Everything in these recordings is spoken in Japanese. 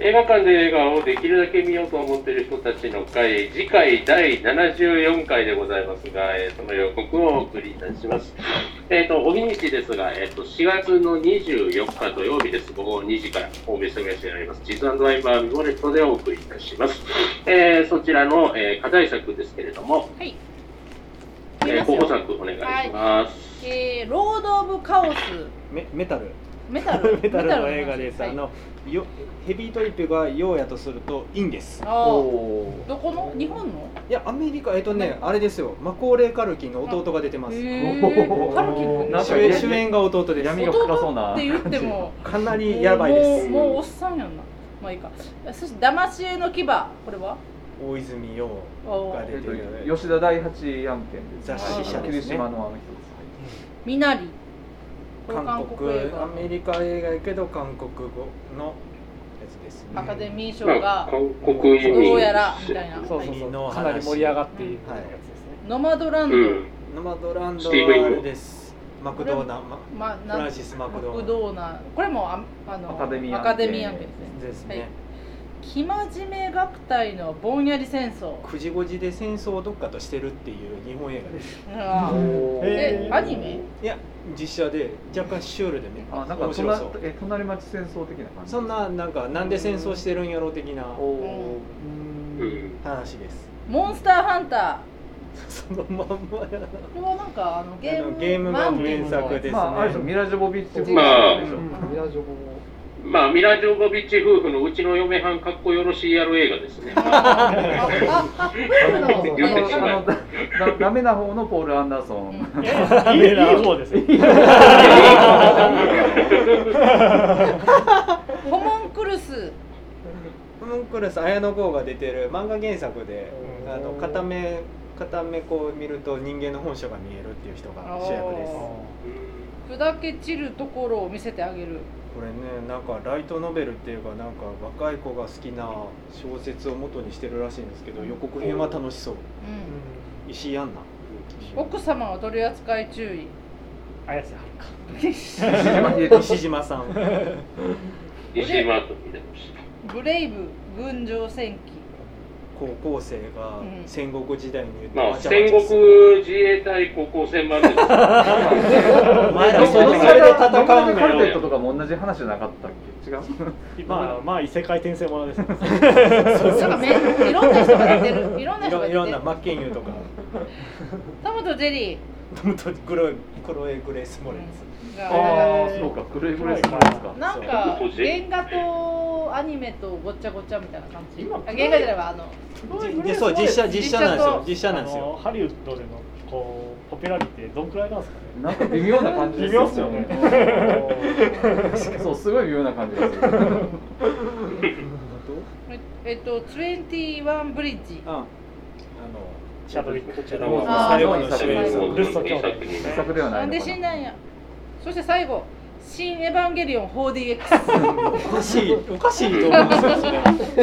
映画館で映画をできるだけ見ようと思っている人たちの会、次回第74回でございますが、えーその予告をお送りいたします。えっ、と、お日にちですが、えっ、と、4月の24日土曜日です。午後2時から、神戸市東にあります、ジーズワインバーミモレットでお送りいたします。えーそちらの、えー課題作ですけれども、はい。えー候補作お願いします。えー、ロード・オブ・カオス、メメタル。メタル メタルの映画です、はいあのよヘビートリップがようやとするとインですあーおどこの日本のいやアメリカえっとねあれですよマコーレー・カルキンの弟が出てますへ主ーカルキ君なんか主演主演が弟です闇が深そうな弟って言ってもかなりやばいですもうもうおっさんやんなまあいいかそして騙し絵の牙これは大泉洋おがえ出ってると、吉田第八案件です。雑誌社ですね霧島のあの人でみなり韓国映ア画メリカ映画やけど韓国語のやつですねアカデミー賞まあが韓国移民どうやらみたいなす。そうそう国そのう。話かなり盛り上がっているやつですね。ノマドランうド、ん。ノマドランドスティーブンはあれですマクドーナマまあフなラんンシス・マクドクーナドーナこれもああのアカデミー案件アカデミー案件ですねですはねい生真面目学隊のぼんやり戦争9時5時で戦争をどっかとしてるっていう日本映画ですあーえへーアニメいや実写で若干シュールでねあ、なんか面白隣そうえ隣町戦争的な感じ。そんななんかなんで戦争してるんやろう的なおお。うん。話です モンスターハンタそのまんまやなーこれはなんかあのゲーあムのゲームが原作ですねまあ、あれでしょミラジョボビッチ風まあでしょ。うんラジョボまあ、ミラ・ジョボビッチ夫婦のうちの嫁はんかっこよろしいやろ映画です ね。あーああプールのそうそう言ってねしあまうのだだダメな方のポール・アンダーソうン。 んダメないい方ですよ。ホモンクルスうんこれさ綾野剛が出てる漫画原作であの片目片目こう見ると人間の本性が見えるっていう人が主役ですおーこ砕け散るところを見せてあげるれねなんかライトノベルっていうかなんか若い子が好きな小説を元にしてるらしいんですけど予告編は楽しそううん石井アンナ奥様は取り扱い注意綾瀬はるか。西島さん石井マート見てまし。ブレイブ群青戦記高校生がうん戦国時代に言ったまあ、わちゃわちゃ戦する国自衛隊高校戦までです。お前らどそこれのそそれれでで戦戦ううんカだルよテットとかも同じ話じゃなかったっけ違うまあまあ異世界転生もの ですね。なんかめいろんな人が出てるいろんない人がろ出いてろんるなマッケンユーとかトムとジェリートムとグロクロエ・グレース・モレンスがああえーそうかグレーグレースもですかなんか原画とアニメとごっちゃごちゃみたいな感じ今あ原画じゃないわあのでそう実写実写なんですよ実写あなんですのよハリウッドでのこうポピュラリティどんくらいなんですかね。なんか微妙な感じですよ微妙っすよねうんそうすごい微妙な感じですええっと21ブリッジうんあのシャドウィック。シャドウィックあー最後の主演そうルスト兄弟です自ね。作ではなないんのでか死んなだんやそして最後新エヴァンゲリオン 4DX おかしいおかしいと思うんですよね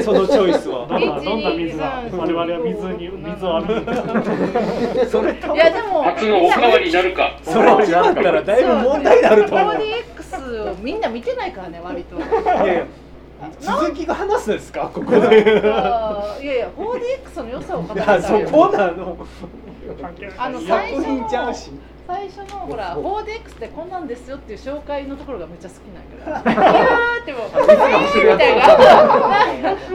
そのチョイスどはんなどんな水が我々は水に水を浴びてる。それいやでも初のおかわりになるか。それ決まったらだいぶ問題になると思う 4DX をみんな見てないからね割 といやいや続きが話すんですかここであーいやいや 4DX の良さを語いりたやいそこなのあの作最初品ちゃうし最初のほら 4DX ってこんなんですよっていう紹介のところがめっちゃ好きなんやけどいやーってもう「えー」みたいななんか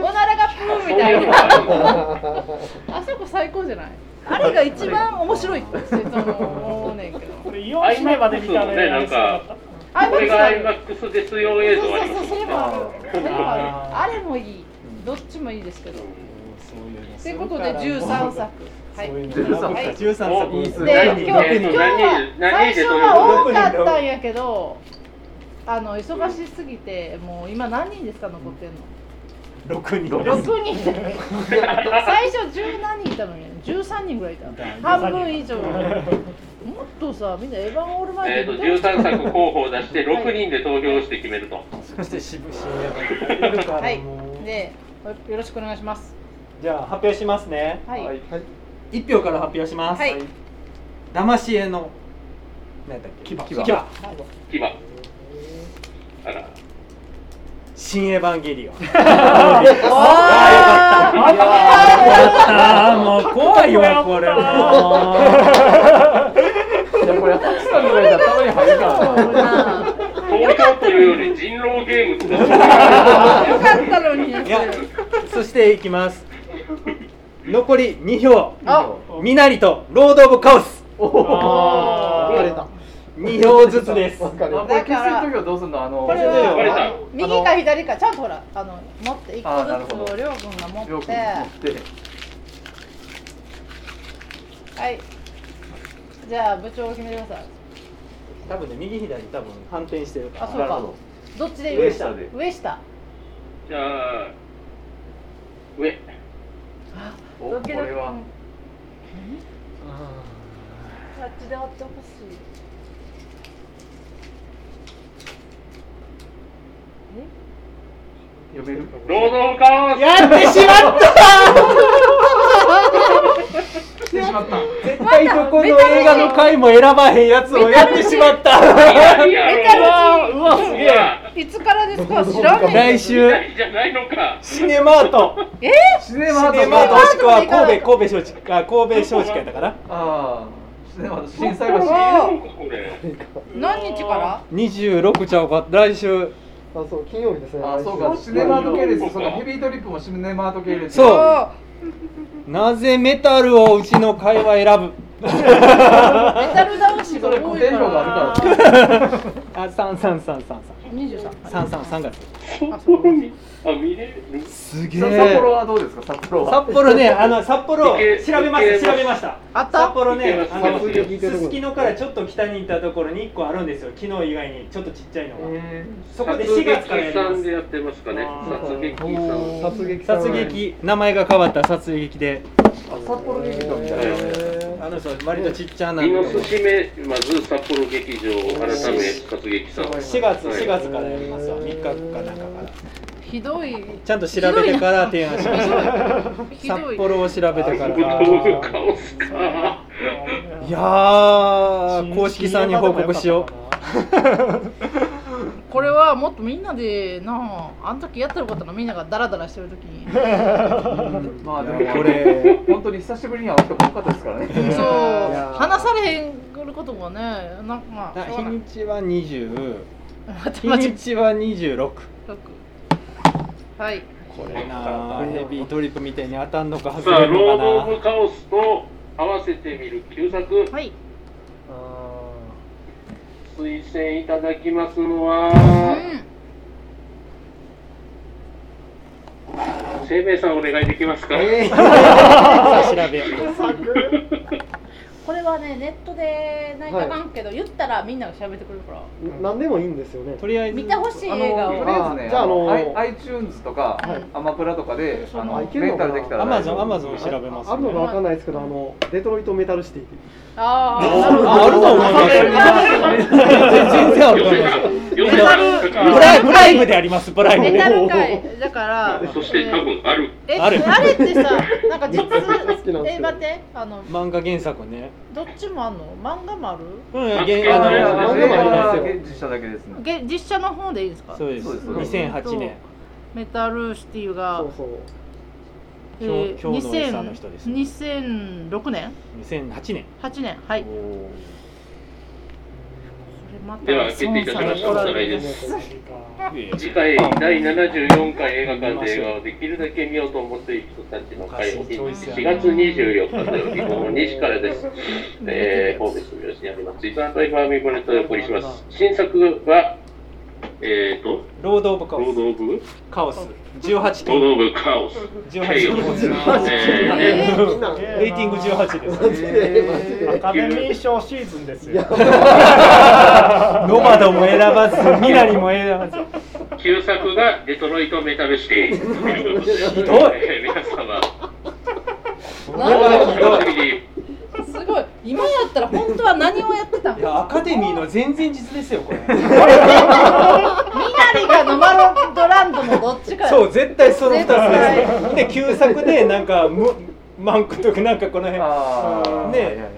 おならがプーみたいなあそこ最高じゃないあれが一番面白いって説も思うねんけどこれイオンシネマで見たねなんかあこれがあアるイマックスですよ映像ありそまうそうすそうそれもあるそれもあるあれもいいうんどっちもいいですけどそういうのということで13作はそういいうの13はい作13作お品数で第今二日位今日六人は最初は多かったんやけどあの忙しすぎてもう今何人ですか残ってんの六人六6人最初十何人いたのに13人ぐらいいた半分以上もっとさみんなエヴァン・オールマえイっとティ13作候補を出して6人で投票して決めると。そして渋渋谷がいるからもうでよろしくお願いしますじゃあ発表しますねはいはい一票から発表しますはい騙し絵の何だっけ牙牙牙。あら。新エヴァンゲリオン。ああああもう怖いわこれ。やったいやこれハチさんのやつ頭に入るからな東京っていうより人狼ゲームってなっちあゃようかったのに いやそしていきます。残り2票。あみなりとロードオブカオスおおあーバレた2票ずつです。わかるあこれ消せる時はどうすんのあのこれはバレたは右か左かちゃんとほらあの持って一あーなる個ほどずつをりょうくんが持よっくて持ってはいじゃあ部長を決めてください多分ね右左多分反転してるあそうなるほかどどっちで上下で上下じゃあ、上。おドこキドキれはあっちであってほしい読める労働カオスやってしまったしてしまった絶対どこの映画の回も選ばへんやつをやってしまったいやメタルうわ、すげえいつからですか知らんねん来週じゃないのか。シネマートえシネシネママートートもしくは神戸神戸松竹あ神戸松竹やったかなああシネマート震災お橋これ。ー何日から26ちゃうか来週あそう金曜日ですねああそう来か週シネマート系列そのヘビートリップもシネマート系列そうあなぜメタルをうちの会話選ぶ ーメタル男子がそれ多古い典か量がらあるからあ三三三三二十三三三三三月札幌に、あ、見れるすげ札幌はどうですか札幌は札幌ね、あの札幌調いけべまいしけた、調べました。あった札幌ねい、けあまのすいけますすすきのからちょっと北に行ったところに1個あるんですよ。昨日以外にちょっとちっちゃいのが。えそこで4月からやりさま。んですやってますかね。殺撃さん。ー殺撃さん殺撃、名前が変わった殺撃で、あ札幌劇場みたいなえあの人割とちっちゃな。イノス4シメ、まず札幌劇場、改め殺撃さん。月、4月からやりますわ。3日かなんかから。ひどいちゃんと調べてから提案します。ひ札どい幌を調べてから。あどういうカオスか。ーいやー、公式さんに報告しよう。これはもっとみんなでなああの時やったらよかったのみんながダラダラしてる時にまあでいやこもれこれ本当に久しぶりに会う人も多かったですからねそういやー話されへんくることがねなまあしょう日がないにちは20。また日またにちは26。はいこれなあヘビートリップみたいに当たんのか外さあ、れるローのド・オかブ・カオスと合わせてみる旧作、はい推薦いただきますのは、うん生命さんお願いできますか、なさあ調べようこれはねネットでないかなんけど、言ったらみんなが喋ってくれるからー何でもいいんですよねとりあえず見てほしいあの映画とをりあえずねじゃああのー i- iTunes とか、はいアマプラとかであのあいけるレのンかタなルできたらアマゾンア大丈夫マゾン調べますあるのがわかんないですけどあのデトロイトメタルシティああああると思います全然あると思いますよくプライプライムでありますプライムメでタル界だからそして多分ある。えあるあれってさなんか実好きなんですけどえ待ってあの漫画原作ねどっちもあんの漫画もあるうんあ原あああののの映映画画はは現実しただけですねげ実写の方でいいですかそうですそうです2008年メタルシティがそうそうえ今ー日今日のおじさんの人ですね2000 2006年2008年8年はいおこーれまたでは、決定いたしました。おさらいです。いえいえ次回第74回映画館で映画をできるだけ見ようと思っている人たちの会を4月24日土曜日午後2時からです。えー、神戸住吉にあります。イザンドイファーミングネットでお送りします。新作は、えーと、ロード・オブ・カロオースド・オブ・カオス18ロー件ド・オブ・カオス。 18件ええみんなレーティング18ですマジでマジでアカデミー賞シーズンですよ。ノマドも選ばずミナリも選ばずー旧作がデトロイト・メタルシティ。ひどい 皆様、ーれなんおかは楽しみに。すごい今やったら本当は何をやって たのいやアカデミーの前々日ですよこれミナリかノマロドランドのどっちかそう絶対その2つ絶対ですで旧作でなんかむマンクとかなんかこの辺ああねいやいやいや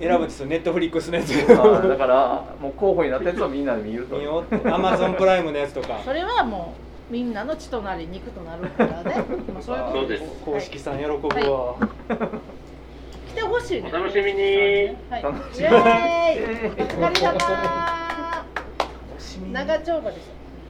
選ぶんですよネットフリックスのやつあーだからもう候補になったやつをみんなで見ると見ようアマゾンプライムのやつとかそれはもうみんなの血となり肉となるからね。 まあそういうこそとうです公式さん喜ぶわ、来てほしいね。お楽しみにはい。楽しみイエーイ。お疲れ様。長丁場でした。